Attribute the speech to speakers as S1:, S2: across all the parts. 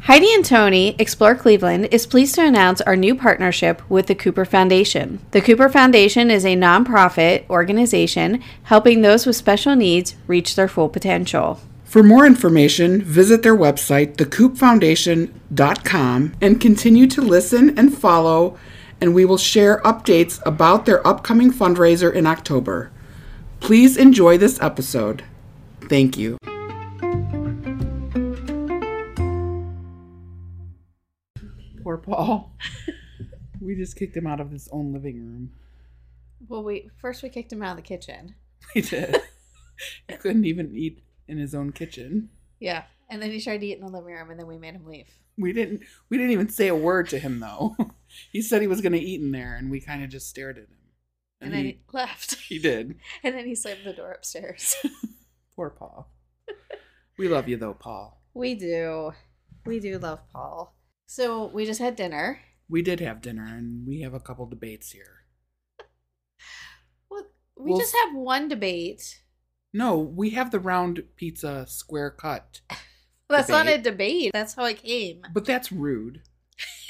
S1: Heidi and Tony, Explore Cleveland, is pleased to announce our new partnership with the Cooper Foundation. The Cooper Foundation is a nonprofit organization helping those with special needs reach their full potential.
S2: For more information, visit their website, thecoopfoundation.com, and continue to listen and follow, and we will share updates about their upcoming fundraiser in October. Please enjoy this episode. Thank you. Poor Paul. We just kicked him out of his own living room.
S1: Well, we first we kicked him out of the kitchen.
S2: We did. he couldn't even eat in his own kitchen.
S1: Yeah. And then he tried to eat in the living room and then we made him leave.
S2: We didn't we didn't even say a word to him though. he said he was gonna eat in there and we kind of just stared at him.
S1: And, then he left.
S2: he, he did.
S1: And then he slammed the door upstairs.
S2: Poor Paul. we love you though, Paul.
S1: we do. We do love Paul. So we just had dinner.
S2: We did have dinner and we have a couple debates here.
S1: Well, we
S2: Well,
S1: just have one debate.
S2: No, we have the round pizza square cut.
S1: That's not a debate. That's how it came.
S2: But that's rude.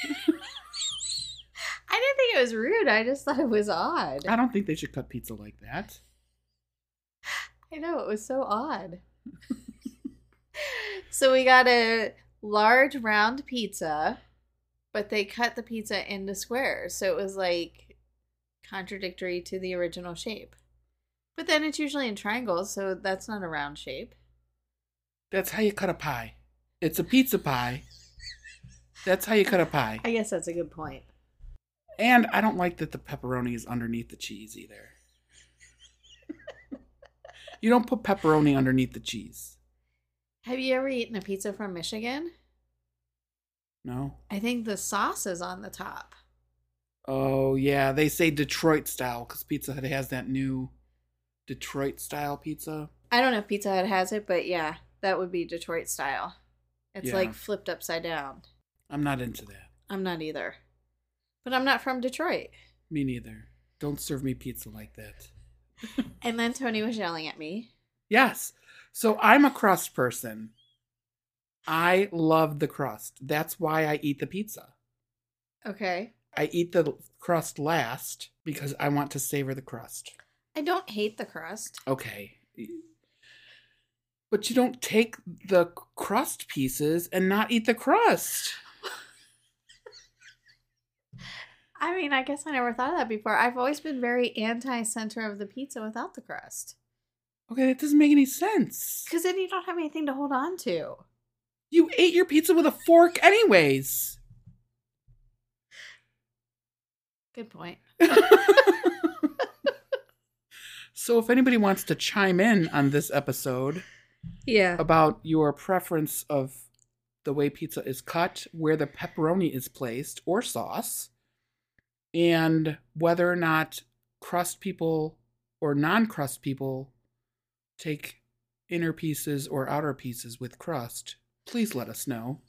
S1: I didn't think it was rude. I just thought it was odd.
S2: I don't think they should cut pizza like that.
S1: I know it was so odd. so we got a large round pizza, but they cut the pizza into squares, so it was like contradictory to the original shape. But then it's usually in triangles, so that's not a round shape.
S2: That's how you cut a pie. It's a pizza pie. That's how you cut a pie.
S1: I guess that's a good point.
S2: And I don't like that the pepperoni is underneath the cheese either. you don't put pepperoni underneath the cheese.
S1: Have you ever eaten a pizza from Michigan?
S2: No?
S1: I think the sauce is on the top.
S2: Oh, yeah. They say Detroit style because Pizza Hut has that new Detroit style pizza.
S1: I don't know if Pizza Hut has it, but yeah, that would be Detroit style. It's
S2: Yeah.
S1: like flipped upside down.
S2: I'm not into that.
S1: I'm not either. But I'm not from Detroit.
S2: Me neither. Don't serve me pizza like that.
S1: And then Tony was yelling at me.
S2: Yes. So I'm a crust person. I love the crust. That's why I eat the pizza.
S1: Okay.
S2: I eat the crust last because I want to savor the crust.
S1: I don't hate the crust.
S2: Okay. But you don't take the crust pieces and not eat the crust.
S1: I mean, I guess I never thought of that before. I've always been very anti center of the pizza without the crust.
S2: Okay, that doesn't make any sense.
S1: Because then you don't have anything to hold on to.
S2: You ate your pizza with a fork, anyways.
S1: Good point.
S2: So, if anybody wants to chime in on this episode
S1: Yeah.
S2: about your preference of the way pizza is cut, where the pepperoni is placed or sauce, and whether or not crust people or non crust people take inner pieces or outer pieces with crust, please let us know.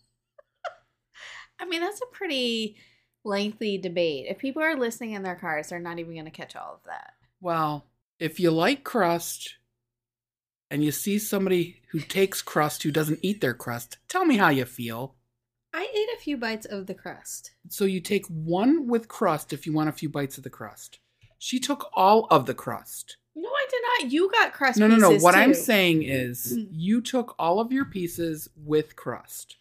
S1: I mean, that's a pretty lengthy debate. If people are listening in their cars, they're not even going to catch all of that.
S2: Well, if you like crust and you see somebody who takes crust who doesn't eat their crust, tell me how you feel.
S1: I ate a few bites of the crust.
S2: So you take one with crust if you want a few bites of the crust. She took all of the crust.
S1: No, I did not. You got crust.
S2: No, no, no.
S1: pieces,
S2: What I'm
S1: too.
S2: saying is
S1: Mm.
S2: you took all of your pieces with crust.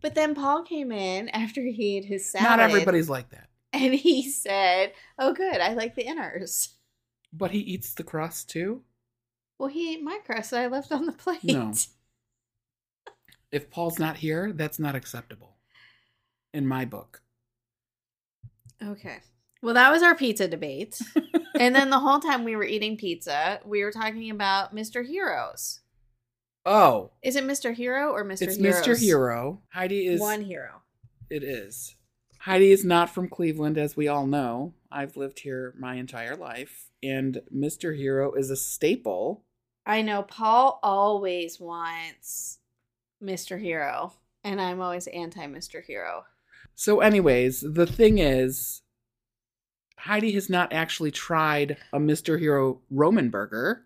S1: But then Paul came in after he ate his salad.
S2: Not everybody's like that.
S1: And he said, Oh, good. I like the inners.
S2: But he eats the crust too.
S1: Well, he ate my crust that I left on the plate.
S2: No. If Paul's not here, that's not acceptable in my book.
S1: Okay. Well, that was our pizza debate. and then the whole time we were eating pizza, we were talking about Mr. Heroes.
S2: Oh,
S1: Is it Mr. Hero or Mr.
S2: it's
S1: Heroes?
S2: Mr. Hero. Heidi is
S1: One hero.
S2: It is. Heidi is not from Cleveland, as we all know. I've lived here my entire life, and Mr. Hero is a staple.
S1: I know Paul always wants Mr. Hero, and I'm always anti Mr. Hero.
S2: So, anyways, the thing is, Heidi has not actually tried a Mr. Hero Roman burger,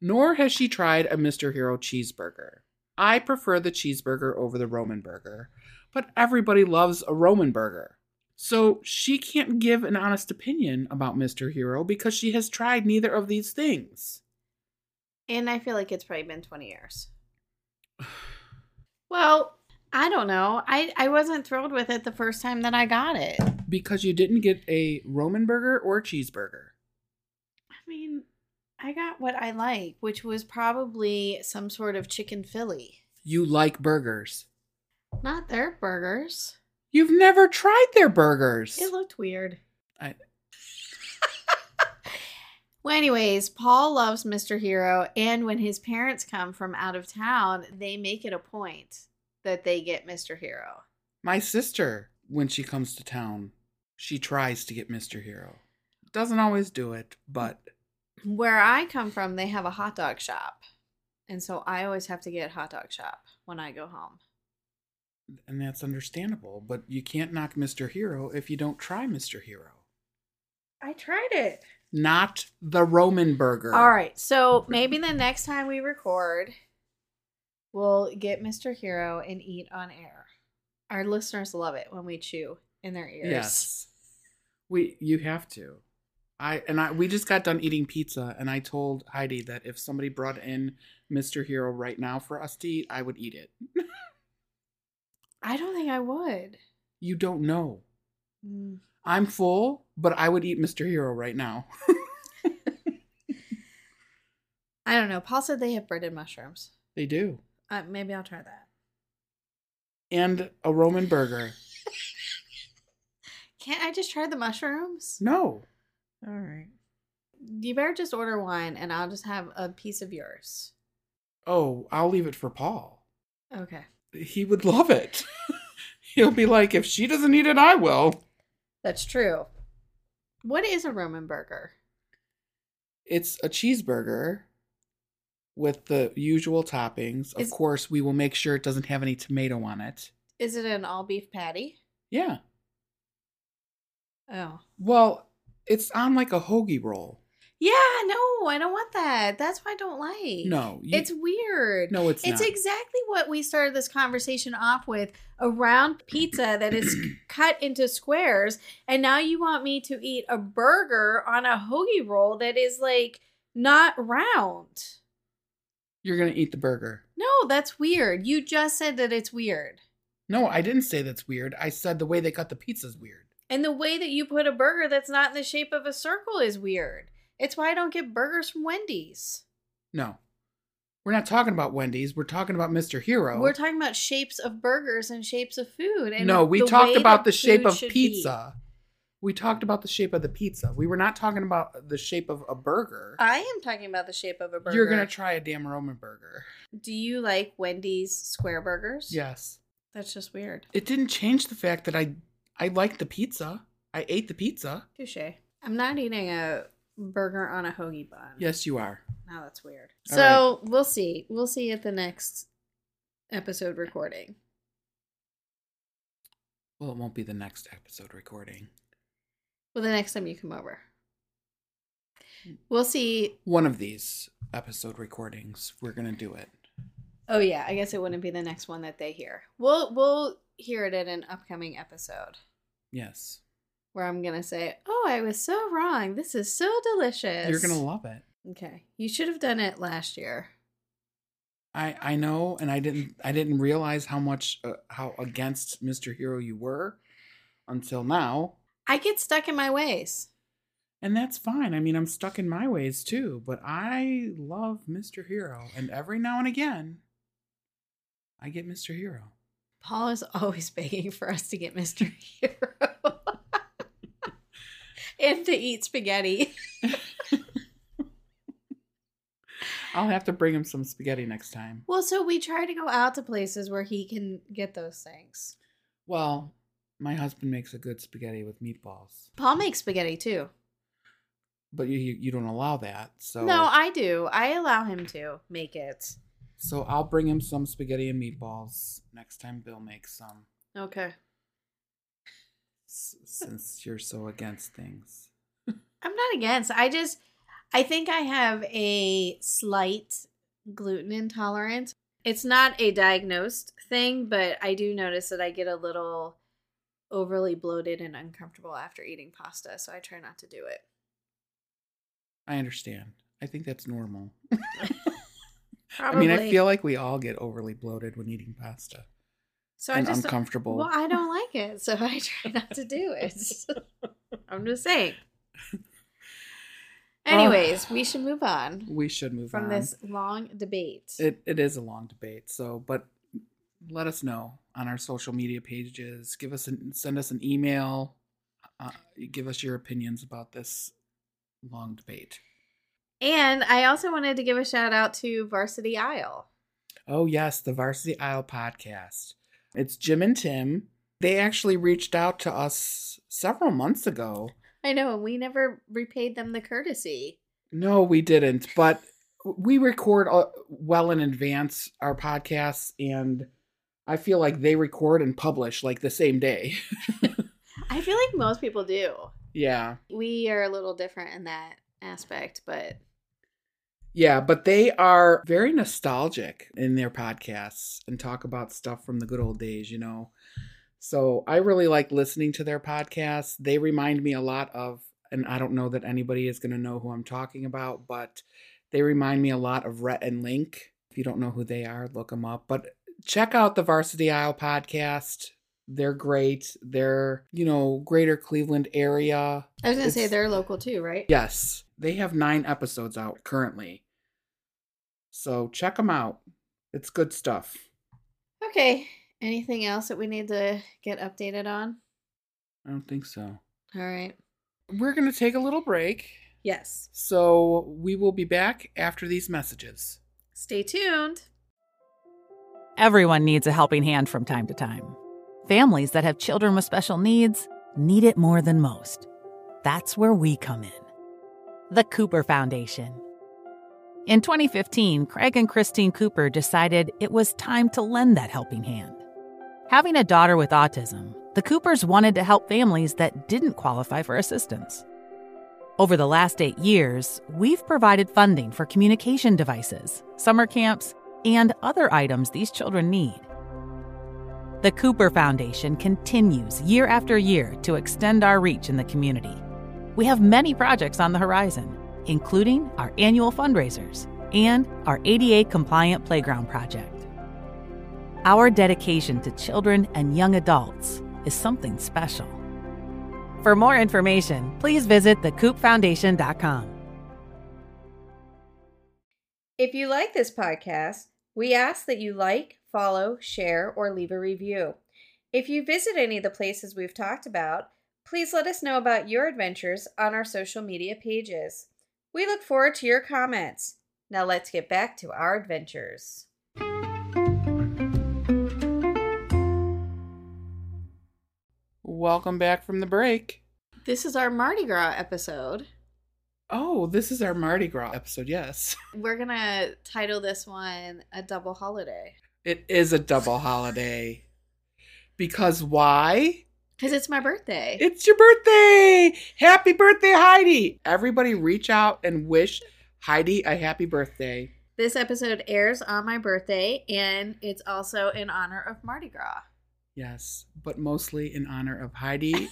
S2: nor has she tried a Mr. Hero cheeseburger. I prefer the cheeseburger over the Roman burger, but everybody loves a Roman burger. So she can't give an honest opinion about Mr. Hero because she has tried neither of these things.
S1: And I feel like it's probably been 20 years. well, I don't know. I, I wasn't thrilled with it the first time that I got it. I
S2: Because you didn't get a Roman burger or a cheeseburger.
S1: mean, I got what I like, which was probably some sort of chicken Philly.
S2: You like burgers.
S1: Not their burgers.
S2: You've never tried their burgers.
S1: It looked weird.
S2: I-
S1: well, anyways, Paul loves Mr. Hero, and when his parents come from out of town, they make it a point that they get Mr. Hero.
S2: My sister, when she comes to town, she tries to get Mr. Hero. Doesn't always do it, but
S1: Where I come from, they have a hot dog shop. And so I always have to get hot dog shop when I go home.
S2: and that's understandable. But you can't knock Mr. Hero if you don't try Mr. Hero.
S1: I tried it.
S2: Not the Roman burger.
S1: All right. So maybe the next time we record, we'll get Mr. Hero and eat on air. Our listeners love it when we chew in their ears.
S2: Yes. We you have to. I and I we just got done eating pizza and I told Heidi that if somebody brought in Mr. Hero right now for us to eat, I would eat it.
S1: I don't think I would.
S2: You don't know. I'm full, but I would eat Mr. Hero right now.
S1: I don't know. Paul said they have breaded mushrooms.
S2: They do.
S1: Uh, maybe I'll try that.
S2: And a Roman burger.
S1: Can't I just try the mushrooms?
S2: No.
S1: All right. You better just order one and I'll just have a piece of yours.
S2: Oh, I'll leave it for Paul.
S1: Okay.
S2: He would love it. He'll be like, if she doesn't eat it, I will.
S1: That's true. What is a Roman burger?
S2: It's a cheeseburger with the usual toppings. Of
S1: Is-
S2: course, we will make sure it doesn't have any tomato on it.
S1: Is it an all beef patty?
S2: Yeah.
S1: Oh.
S2: Well, it's on like a hoagie roll.
S1: Yeah, no, I don't want that. That's why I don't like.
S2: No. you-
S1: it's weird.
S2: no, it's,
S1: It's
S2: not.
S1: exactly what we started this conversation off with a round pizza that is cut into squares. And now you want me to eat a burger on a hoagie roll that is like not round.
S2: You're going to eat the burger.
S1: No, that's weird. You just said that it's weird.
S2: No, I didn't say that's weird. I said the way they cut the pizza's weird.
S1: And the way that you put a burger that's not in the shape of a circle is weird. It's why I don't get burgers from Wendy's.
S2: No. We're not talking about Wendy's. We're talking about Mr. Hero.
S1: We're talking about shapes of burgers and shapes of food. And
S2: no, we
S1: the
S2: talked
S1: way
S2: about
S1: that
S2: the shape
S1: food
S2: of
S1: should be.
S2: pizza. We talked about the shape of the pizza. We were not talking about the shape of a burger.
S1: I am talking about the shape of a burger.
S2: You're going to try a damn Roman burger.
S1: Do you like Wendy's square burgers?
S2: Yes.
S1: That's just weird.
S2: It didn't change the fact that I I liked the pizza. I ate the pizza.
S1: Touche. I'm not eating a burger on a hoagie bun.
S2: Yes, you are.
S1: Now that's weird.
S2: All
S1: so we'll see. We'll see at the next episode recording.
S2: Well, it won't be the next episode recording.
S1: Well, the next time you come over.
S2: Hmm.
S1: We'll see.
S2: One of these episode recordings, we're going to do it.
S1: Oh yeah, I guess it wouldn't be the next one that they hear. We'll we'll hear it in an upcoming episode
S2: Yes.
S1: where I'm gonna say, "Oh, I was so wrong. This is so delicious."
S2: You're going to love it.
S1: Okay, you should have done it last year.
S2: I I know, and I didn't I didn't realize how much uh, how against Mr. Hero you were until now,
S1: I get stuck in my ways.
S2: and that's fine. I mean, I'm stuck in my ways too, but I love Mr. Hero, and every now and again, I get Mr. Hero.
S1: Paul is always begging for us to get Mr. Hero and to eat spaghetti.
S2: I'll have to bring him some spaghetti next time.
S1: Well, so we try to go out to places where he can get those things.
S2: Well, my husband makes a good spaghetti with meatballs,
S1: Paul makes spaghetti too.
S2: but you you, you don't allow that, so
S1: No, I do. I allow him to make it.
S2: so I'll bring him some spaghetti and meatballs next time Bill makes some.
S1: Okay.
S2: s- since you're so against things.
S1: I'm not against. I just I think I have a slight gluten intolerance. It's not a diagnosed thing, but I do notice that I get a little overly bloated and uncomfortable after eating pasta, so I try not to do it.
S2: I understand. I think that's normal.
S1: Probably.
S2: I mean, I feel like we all get overly bloated when eating pasta
S1: so I
S2: and
S1: just
S2: uncomfortable.
S1: well, I don't like it, so I try not to do it. I'm just saying. Anyways, we should move on
S2: we should move
S1: from
S2: on.
S1: this long debate.
S2: It it is a long debate. So, but let us know on our social media pages. Give us an send us an email. Uh, give us your opinions about this long debate.
S1: And I also wanted to give a shout out to Varsity Isle.
S2: Oh yes, the Varsity Isle podcast. It's Jim and Tim. They actually reached out to us several months ago.
S1: I know, and we never repaid them the courtesy.
S2: No, we didn't. But we record uh, well in advance our podcasts, and I feel like they record and publish like the same day.
S1: I feel like most people do.
S2: yeah,
S1: We are a little different in that aspect, but
S2: yeah. But they are very nostalgic in their podcasts and talk about stuff from the good old days. You know. So I really like listening to their podcasts. They remind me a lot of, and I don't know that anybody is going to know who I'm talking about, but they remind me a lot of Rhett and Link. If you don't know who they are, look them up. But check out the Varsity Isle podcast. They're great. They're, you know, greater Cleveland area.
S1: I was gonna say
S2: It's-
S1: they're local too, right?
S2: Yes, they have nine episodes out currently. So check them out. It's good stuff.
S1: Okay. Anything else that we need to get updated on?
S2: I don't think so.
S1: All right.
S2: We're going to take a little break.
S1: Yes.
S2: So we will be back after these messages.
S1: Stay tuned.
S3: Everyone needs a helping hand from time to time. Families that have children with special needs need it more than most. That's where we come in. The Cooper Foundation. In 2015, Craig and Christine Cooper decided it was time to lend that helping hand. Having a daughter with autism, the Coopers wanted to help families that didn't qualify for assistance. Over the last eight years, we've provided funding for communication devices, summer camps, and other items these children need. The Cooper Foundation continues year after year to extend our reach in the community. We have many projects on the horizon, including our annual fundraisers and our ADA compliant playground project. Our dedication to children and young adults is something special. For more information, please visit thecoopfoundation.com.
S1: If you like this podcast, we ask that you like, follow, share, or leave a review. If you visit any of the places we've talked about, please let us know about your adventures on our social media pages. We look forward to your comments. Now let's get back to our adventures.
S2: Welcome back from the break.
S1: This is our Mardi Gras episode.
S2: Oh, this is our Mardi Gras episode. Yes.
S1: We're going to title this one A Double Holiday
S2: It is a double holiday. Because why?
S1: because it's my birthday.
S2: It's your birthday! Happy birthday, Heidi! Everybody reach out and wish Heidi a happy birthday.
S1: This episode airs on my birthday, and it's also in honor of Mardi Gras.
S2: Yes, but mostly in honor of Heidi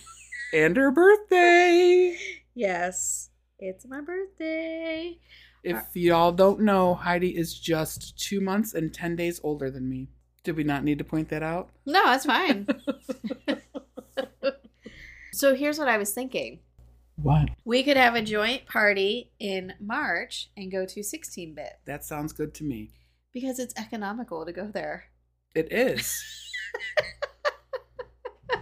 S2: and her birthday.
S1: Yes, it's my birthday.
S2: If y'all don't know, Heidi is just two months and 10 days older than me. Did we not need to point that out?
S1: No, that's fine. so here's what I was thinking
S2: What?
S1: we could have a joint party in March and go to 16 bit
S2: That sounds good to me.
S1: because it's economical to go there.
S2: It is.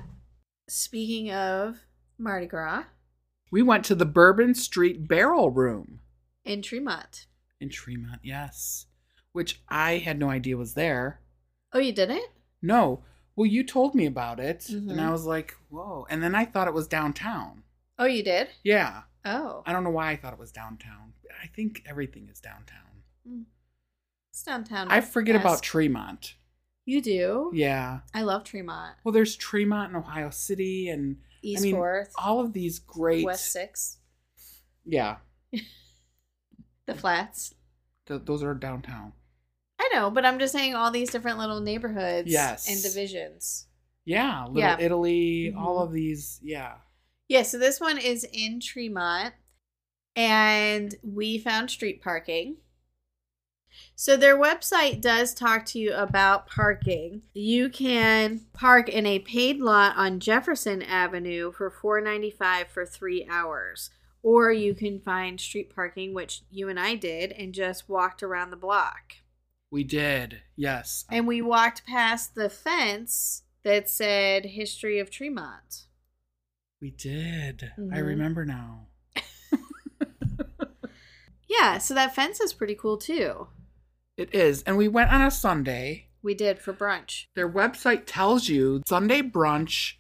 S1: Speaking of Mardi Gras
S2: we went to the Bourbon Street Barrel Room.
S1: in Tremont.
S2: in Tremont, yes. Which I had no idea was there.
S1: Oh, you didn't?
S2: No. Well, you told me about it,
S1: Mhm.
S2: and I was like, whoa. And then I thought it was downtown.
S1: Oh, you did?
S2: Yeah.
S1: Oh,
S2: I don't know why I thought it was downtown. I think everything is downtown.
S1: it's downtown.
S2: I forget about
S1: Mm, Yes.
S2: Tremont.
S1: You do?
S2: Yeah.
S1: I love Tremont.
S2: Well, there's Tremont in Ohio City and
S1: East
S2: I mean,
S1: Fourth,
S2: all of these great.
S1: West Six,
S2: Yeah.
S1: the Flats.
S2: Th- those are downtown.
S1: I know, but I'm just saying all these different little neighborhoods
S2: Yes.
S1: and divisions.
S2: Yeah, Little
S1: Yeah.
S2: Italy, all
S1: Mhm.
S2: of these. Yeah.
S1: Yeah, so this one is in Tremont and we found street parking. So their website does talk to you about parking. You can park in a paid lot on Jefferson Avenue for 4.95 for 3 hours or you can find street parking which you and I did and just walked around the block.
S2: We did. Yes.
S1: And we walked past the fence that said History of Tremont.
S2: we did. I
S1: Mhm.
S2: remember now.
S1: Yeah, so that fence is pretty cool too.
S2: It is. And we went on a Sunday.
S1: We did for brunch.
S2: Their website tells you Sunday brunch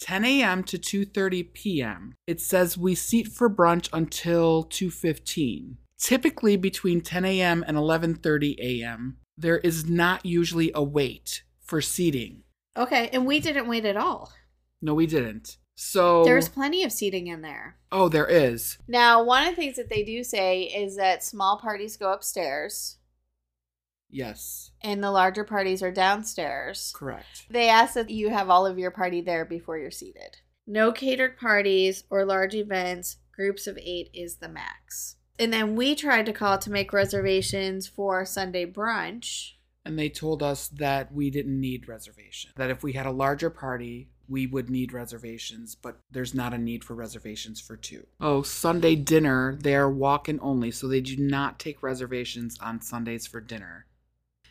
S2: 10 a.m. to 2:30 p.m. It says we seat for brunch until 2:15. Typically between 10 a.m. and 11:30 a.m. There is not usually a wait for seating.
S1: Okay, and we didn't wait at all.
S2: No, we didn't. So
S1: There's plenty of seating in there.
S2: Oh, there is.
S1: Now, one of the things that they do say is that small parties go upstairs
S2: Yes,
S1: and the larger parties are downstairs.
S2: correct.
S1: They ask that you have all of your party there before you're seated. No catered parties or large events. Groups of eight is the max. And then we tried to call to make reservations for Sunday brunch.
S2: And they told us that we didn't need reservation. That if we had a larger party, we would need reservations, but there's not a need for reservations for two. Oh, Sunday dinner, they are walk in only, so they do not take reservations on Sundays for dinner.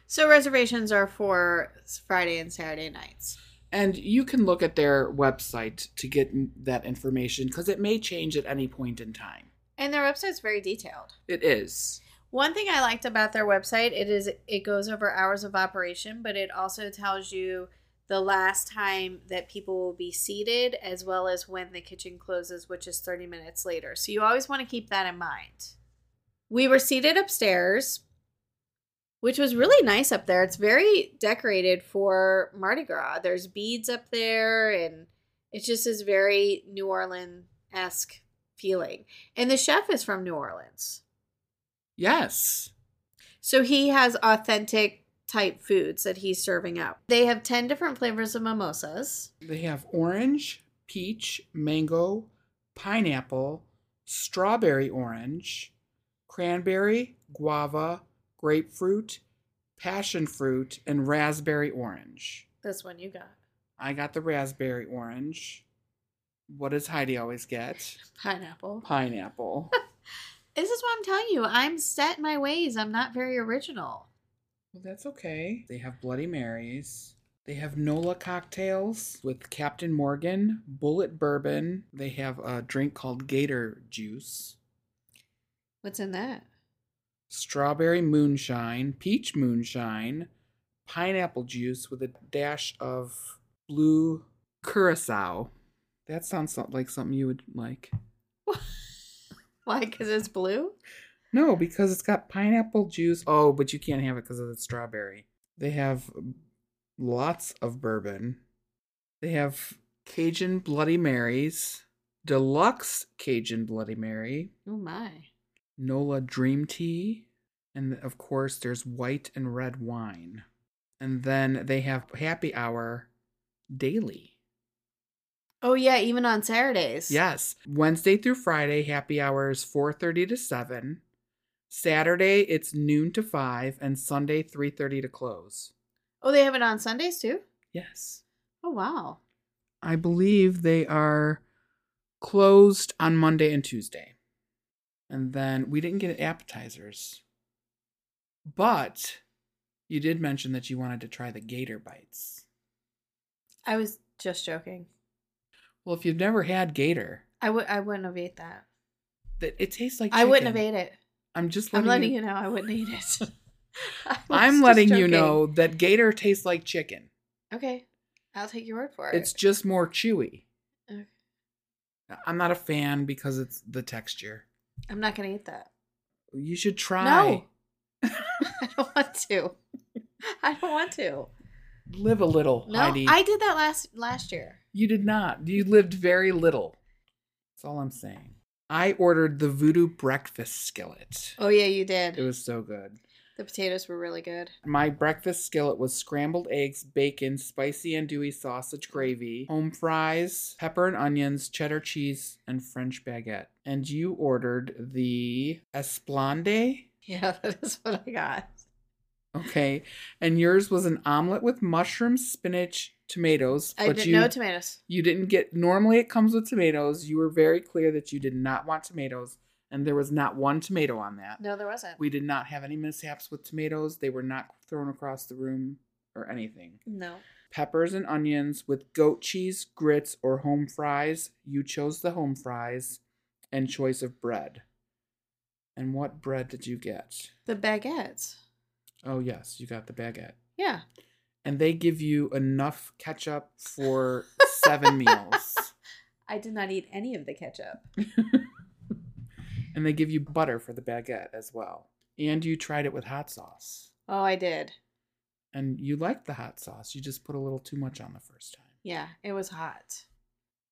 S1: So reservations are for Friday and Saturday nights.
S2: And you can look at their website to get m- that information because it may change at any point in time.
S1: And their website's very detailed.
S2: It is.
S1: One thing I liked about their website, it is it goes over hours of operation, but it also tells you the last time that people will be seated as well as when the kitchen closes, which is 30 minutes later. So you always want to keep that in mind. We were seated upstairs, which was really nice up there. It's very decorated for Mardi Gras. There's beads up there and it just is very New Orleans-esque feeling. And the chef is from New Orleans.
S2: Yes.
S1: So he has authentic type foods that he's serving up. They have 10 different flavors of mimosas.
S2: They have orange, peach, mango, pineapple, strawberry orange, cranberry, guava, grapefruit, passion fruit, and raspberry orange.
S1: This one you got.
S2: I got the raspberry orange. What does Heidi always get?
S1: Pineapple.
S2: Pineapple.
S1: This is what I'm telling you. I'm set in my ways. I'm not very original.
S2: well, that's okay. They have Bloody Marys. They have Nola cocktails with Captain Morgan, Bullet Bourbon. They have a drink called Gator Juice.
S1: What's in that?
S2: strawberry moonshine, peach moonshine, pineapple juice with a dash of blue curacao. That sounds so- like something you would like.
S1: Why? Because it's blue?
S2: No, because it's got pineapple juice. Oh, but you can't have it because of the strawberry. They have lots of bourbon. They have Cajun Bloody Marys, deluxe Cajun Bloody Mary,
S1: Oh my.
S2: Nola Dream Tea, and of course there's white and red wine. And then they have happy hour daily.
S1: Oh yeah, even on Saturdays.
S2: Yes, Wednesday through Friday happy hour is 4:30 to 7. Saturday it's noon to 5 and Sunday 3:30 to close.
S1: Oh, they have it on Sundays too?
S2: Yes.
S1: Oh wow.
S2: I believe they are closed on Monday and Tuesday. And then we didn't get appetizers. But you did mention that you wanted to try the gator bites.
S1: I was just joking.
S2: Well, if you've never had gator,
S1: I would I wouldn't have ate that.
S2: that it tastes like
S1: I wouldn't have
S2: chicken.
S1: ate it.
S2: I'm just
S1: I'm
S2: letting,
S1: letting
S2: you,
S1: you know I wouldn't eat it. I was
S2: I'm
S1: just
S2: letting you
S1: joking.
S2: know that gator tastes like chicken.
S1: Okay. I'll take your word for it.
S2: It's just more chewy.
S1: Okay.
S2: I'm not a fan because it's the texture.
S1: I'm not gonna eat that.
S2: You should try.
S1: No. I don't want to. I don't want to.
S2: Live a little,
S1: No,
S2: Heidi.
S1: I did that last last year.
S2: You did not. You lived very little. That's all I'm saying. I ordered the voodoo breakfast skillet.
S1: Oh yeah, you
S2: It
S1: did.
S2: was so good.
S1: The potatoes were really good.
S2: My breakfast skillet was scrambled eggs, bacon, spicy and dewy sausage gravy, home fries, pepper and onions, cheddar cheese, and French baguette. And you ordered the Esplande?
S1: Yeah, that is what I got.
S2: Okay. And yours was an omelet with mushrooms, spinach, tomatoes.
S1: I didn't
S2: you,
S1: know tomatoes.
S2: you didn't get normally it comes with tomatoes. You were very clear that you did not want tomatoes, and there was not one tomato on that.
S1: No, there wasn't.
S2: We did not have any mishaps with tomatoes. They were not thrown across the room or anything.
S1: no.
S2: Peppers and onions with goat cheese, grits, or home fries. You chose the home fries and choice of bread. And what bread did you get?
S1: The baguettes.
S2: Oh, yes, you got the baguette.
S1: Yeah.
S2: And they give you enough ketchup for seven meals.
S1: I did not eat any of the ketchup.
S2: And they give you butter for the baguette as well. And you tried it with hot sauce.
S1: Oh, I did.
S2: And you liked the hot sauce. You just put a little too much on the first time.
S1: Yeah, it was hot.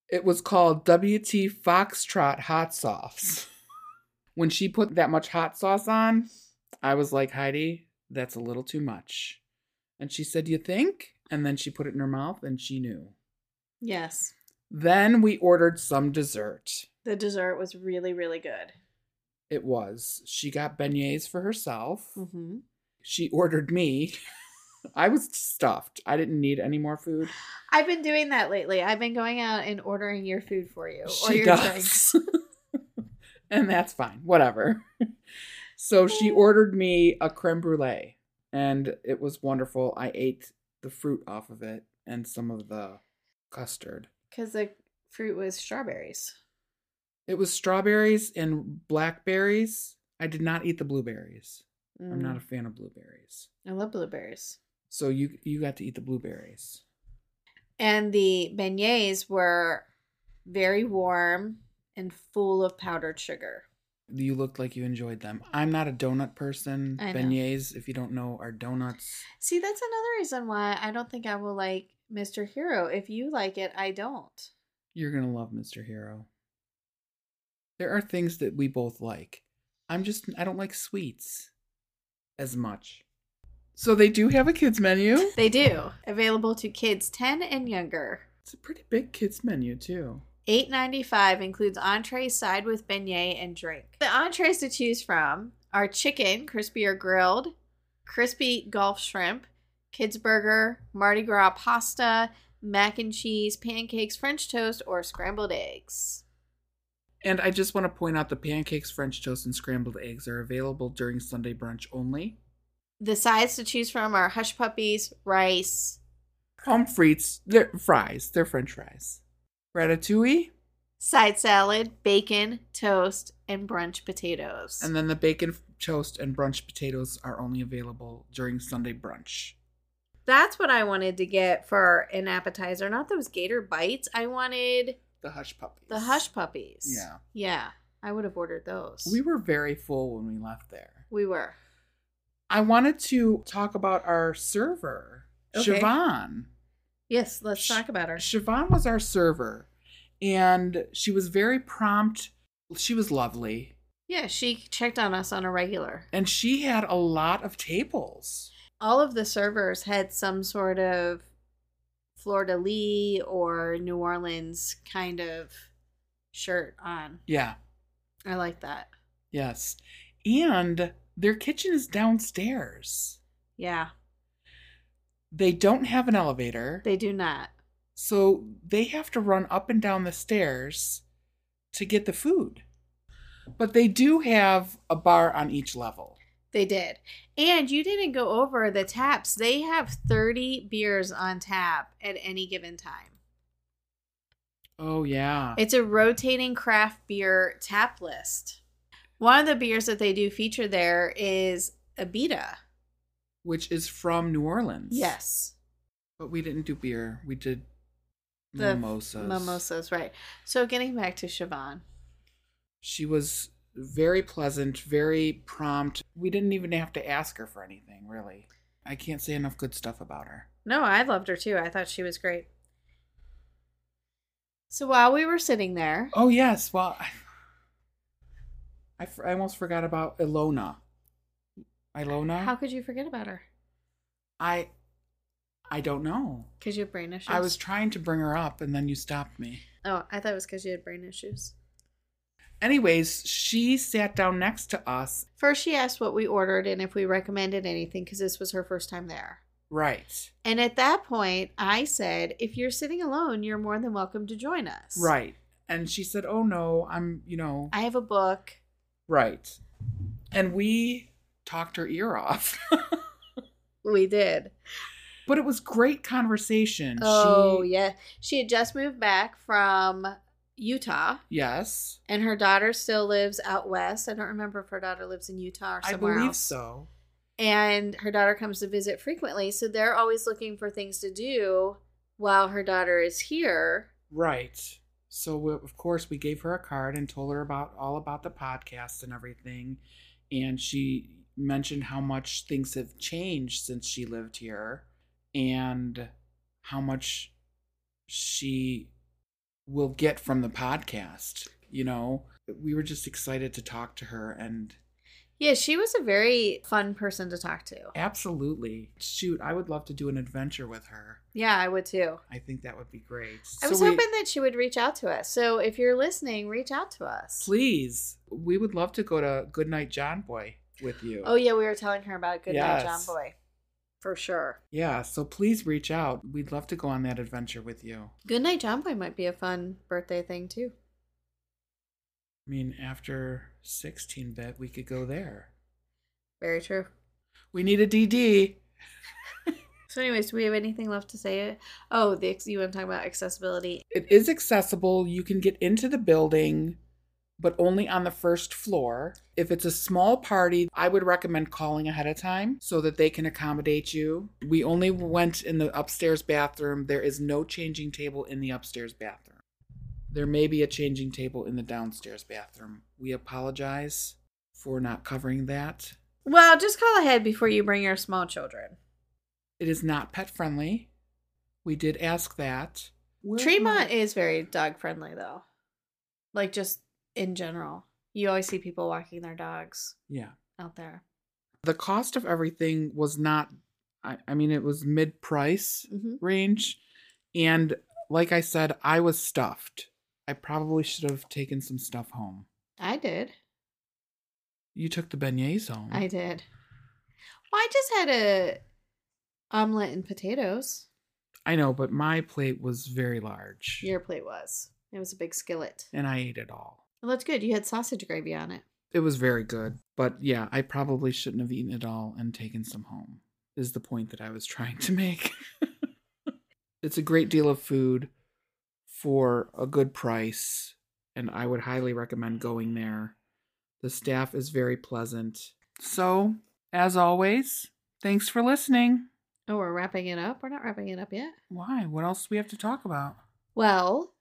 S2: It was called WT Foxtrot Hot Sauce. when she put that much hot sauce on, I was like, Heidi, that's a little too much. And she said, You think? And then she put it in her mouth and she knew.
S1: Yes.
S2: Then we ordered some dessert.
S1: The dessert was really, really good.
S2: It was. She got beignets for herself.
S1: Mm-hmm.
S2: She ordered me. I was stuffed. I didn't need any more food.
S1: I've been doing that lately. I've been going out and ordering your food for you or
S2: She
S1: your drinks.
S2: does. and that's fine. Whatever. So she ordered me a creme brulee, and it was wonderful. I ate the fruit off of it and some of the custard.
S1: Because the fruit was strawberries.
S2: It was strawberries and blackberries. I did not eat the blueberries. I'm
S1: Mm.
S2: not a fan of blueberries.
S1: I love blueberries.
S2: So you you got to eat the blueberries.
S1: And the beignets were very warm and full of powdered sugar.
S2: You looked like you enjoyed them. I'm not a donut person.
S1: I know.
S2: Beignets, if you don't know, are donuts.
S1: See, that's another reason why I don't think I will like Mr. Hero. If you like it, I don't.
S2: You're going to love Mr. Hero. There are things that we both like. I'm just, I don't like sweets as much. So they do have a kids menu.
S1: They do. Available to kids 10 and younger.
S2: It's a pretty big kids menu, too.
S1: Eight ninety five includes entree, side with beignet, and drink. The entrees to choose from are chicken, crispy or grilled, crispy golf shrimp, kids burger, Mardi Gras pasta, mac and cheese, pancakes, French toast, or scrambled eggs.
S2: And I just want to point out the pancakes, French toast, and scrambled eggs are available during Sunday brunch only.
S1: The sides to choose from are hush puppies, rice,
S2: Pomfrits, they're fries, they're French fries. Ratatouille,
S1: side salad, bacon, toast, and brunch potatoes.
S2: and then the bacon toast and brunch potatoes are only available during Sunday brunch.
S1: That's what I wanted to get for an appetizer. Not those gator bites. I wanted
S2: The hush puppies.
S1: the hush puppies.
S2: Yeah.
S1: Yeah. I would have ordered those.
S2: We were very full when we left there.
S1: We were.
S2: I wanted to talk about our server,
S1: Okay.
S2: Siobhan.
S1: Yes, let's
S2: Sh-
S1: talk about her.
S2: Siobhan was our server, and she was very prompt. She was lovely,
S1: Yeah, she checked on us on a regular.
S2: and she had a lot of tables.
S1: All of the servers had some sort of Florida Lee or New Orleans kind of shirt on.
S2: Yeah,
S1: I like that.
S2: yes. And their kitchen is downstairs.
S1: Yeah,
S2: They don't have an elevator.
S1: they do not.
S2: So they have to run up and down the stairs to get the food. But they do have a bar on each level.
S1: They did. And you didn't go over the taps. They have 30 beers on tap at any given time.
S2: Oh, yeah.
S1: It's a rotating craft beer tap list. One of the beers that they do feature there is Abita.
S2: Which is from New Orleans.
S1: Yes.
S2: But we didn't do beer. We did
S1: The
S2: mimosas.
S1: Mimosas, right. So getting back to Siobhan.
S2: She was very pleasant, very prompt. We didn't even have to ask her for anything, really. I can't say enough good stuff about her.
S1: No, I loved her too. I thought she was great. So while we were sitting there,
S2: Oh, yes. Well, I, I, f- I almost forgot about Ilona. Ilona?
S1: How could you forget about her?
S2: I I don't know.
S1: Because you have brain issues.
S2: I was trying to bring her up and then you stopped me.
S1: Oh, I thought it was because you had brain issues.
S2: Anyways, she sat down next to us.
S1: First, she asked what we ordered and if we recommended anything because this was her first time there.
S2: Right.
S1: And at that point, I said, if you're sitting alone, you're more than welcome to join us.
S2: Right. And she said, "Oh no, I'm, you know,
S1: I have a book.
S2: right." And we talked her ear off.
S1: We did.
S2: but it was great conversation.
S1: Oh,
S2: she,
S1: yeah. She had just moved back from Utah.
S2: Yes.
S1: And her daughter still lives out west. I don't remember if her daughter lives in Utah or
S2: I
S1: somewhere
S2: believe
S1: else.
S2: so.
S1: And her daughter comes to visit frequently, so they're always looking for things to do while her daughter is here.
S2: Right. So we, of course we gave her a card and told her about all about the podcast and everything, and she mentioned how much things have changed since she lived here, and how much she will get from the podcast. You know, we were just excited to talk to her, and
S1: Yeah, she was a very fun person to talk to.
S2: absolutely, shoot, I would love to do an adventure with her.
S1: Yeah, I would too.
S2: I think that would be great.
S1: I was
S2: So we-
S1: hoping that she would reach out to us. So if you're listening, reach out to us.
S2: Please, we would love to go to Goodnight John Boy with you.
S1: Oh yeah, we were telling her about Good
S2: Yes.
S1: Night John Boy. For sure.
S2: Yeah, so please reach out. We'd love to go on that adventure with you.
S1: Good Night John Boy might be a fun birthday thing too.
S2: I mean, after 16 bit, we could go there.
S1: Very true.
S2: We need a DD.
S1: So anyways, do we have anything left to say? Oh, the ex- you want to talk about accessibility.
S2: It is accessible. You can get into the building, but only on the first floor. If it's a small party, I would recommend calling ahead of time so that they can accommodate you. We only went in the upstairs bathroom. There is no changing table in the upstairs bathroom. There may be a changing table in the downstairs bathroom. We apologize for not covering that.
S1: Well, just call ahead before you bring your small children.
S2: It is not pet friendly. We did ask that.
S1: Tremont is very dog friendly though. Like just in general. You always see people walking their dogs
S2: Yeah.
S1: out there.
S2: The cost of everything was not, I, I mean, it was mid price
S1: Mm-hmm.
S2: range. And like I said, I was stuffed. I probably should have taken some stuff home.
S1: I did.
S2: You took the beignets home.
S1: I did. Well, I just had a omelet and potatoes.
S2: I know, but my plate was very large.
S1: Your plate was. It was a big skillet.
S2: And I ate it all.
S1: It looked good. You had sausage gravy on it.
S2: It was very good. But yeah, I probably shouldn't have eaten it all and taken some home, is the point that I was trying to make. it's a great deal of food for a good price, and I would highly recommend going there. The staff is very pleasant. So, as always, thanks for listening.
S1: Oh, we're wrapping it up. We're not wrapping it up yet.
S2: Why? What else do we have to talk about?
S1: Well,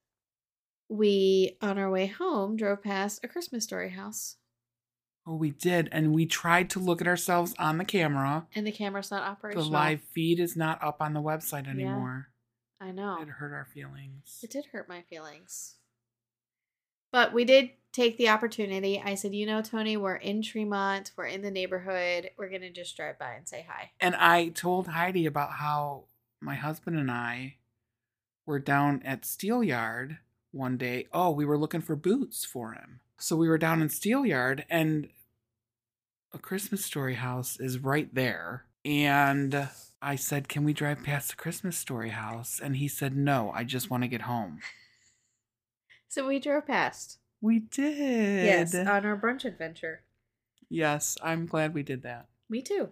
S1: we on our way home drove past a Christmas story house,
S2: Oh, we did, and we tried to look at ourselves on the camera.
S1: and the camera's not
S2: The
S1: operational.
S2: live feed is not up on the website anymore.
S1: I know
S2: It hurt our feelings.
S1: Oh. it did hurt my feelings, but we did take the opportunity. I said, "You know, Tony, we're in Tremont. We're in the neighborhood. We're gonna just drive by and say hi."
S2: And I told Heidi about how my husband and I were down at Steelyard one day. Oh, we were looking for boots for him. So we were down in Steelyard and a Christmas story house is right there. And I said, Can we drive past the Christmas story house? And he said, No, I just want to get home.
S1: So we drove past.
S2: We did.
S1: Yes, uh on our brunch adventure.
S2: yes, I'm glad we did that.
S1: Me too.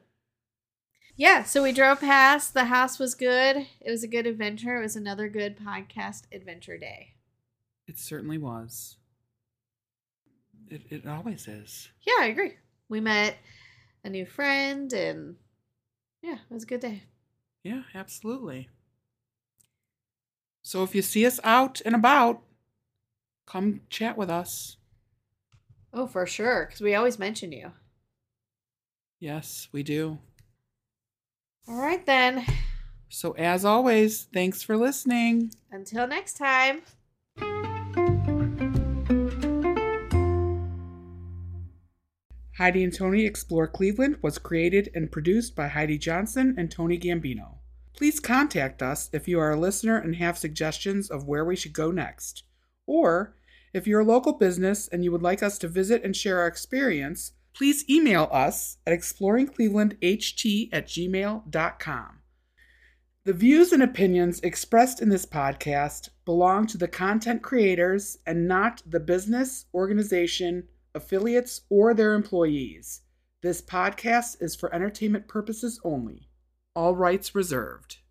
S1: Yeah, so we drove past. The house was good. It was a good adventure. It was another good podcast adventure day.
S2: It certainly was. It, it always is.
S1: Yeah, I agree. We met a new friend and yeah, it was a good day.
S2: Yeah, absolutely. So if you see us out and about, come chat with us.
S1: Oh, for sure, because we always mention you.
S2: Yes, we do.
S1: All right, then.
S2: So as always, thanks for listening.
S1: Until next time.
S2: Heidi and Tony Explore Cleveland was created and produced by Heidi Johnson and Tony Gambino. Please contact us if you are a listener and have suggestions of where we should go next. Or if you're a local business and you would like us to visit and share our experience, please email us at exploringclevelandht at gmail.com. The views and opinions expressed in this podcast belong to the content creators and not the business, organization, affiliates, or their employees. This podcast is for entertainment purposes only. All rights reserved.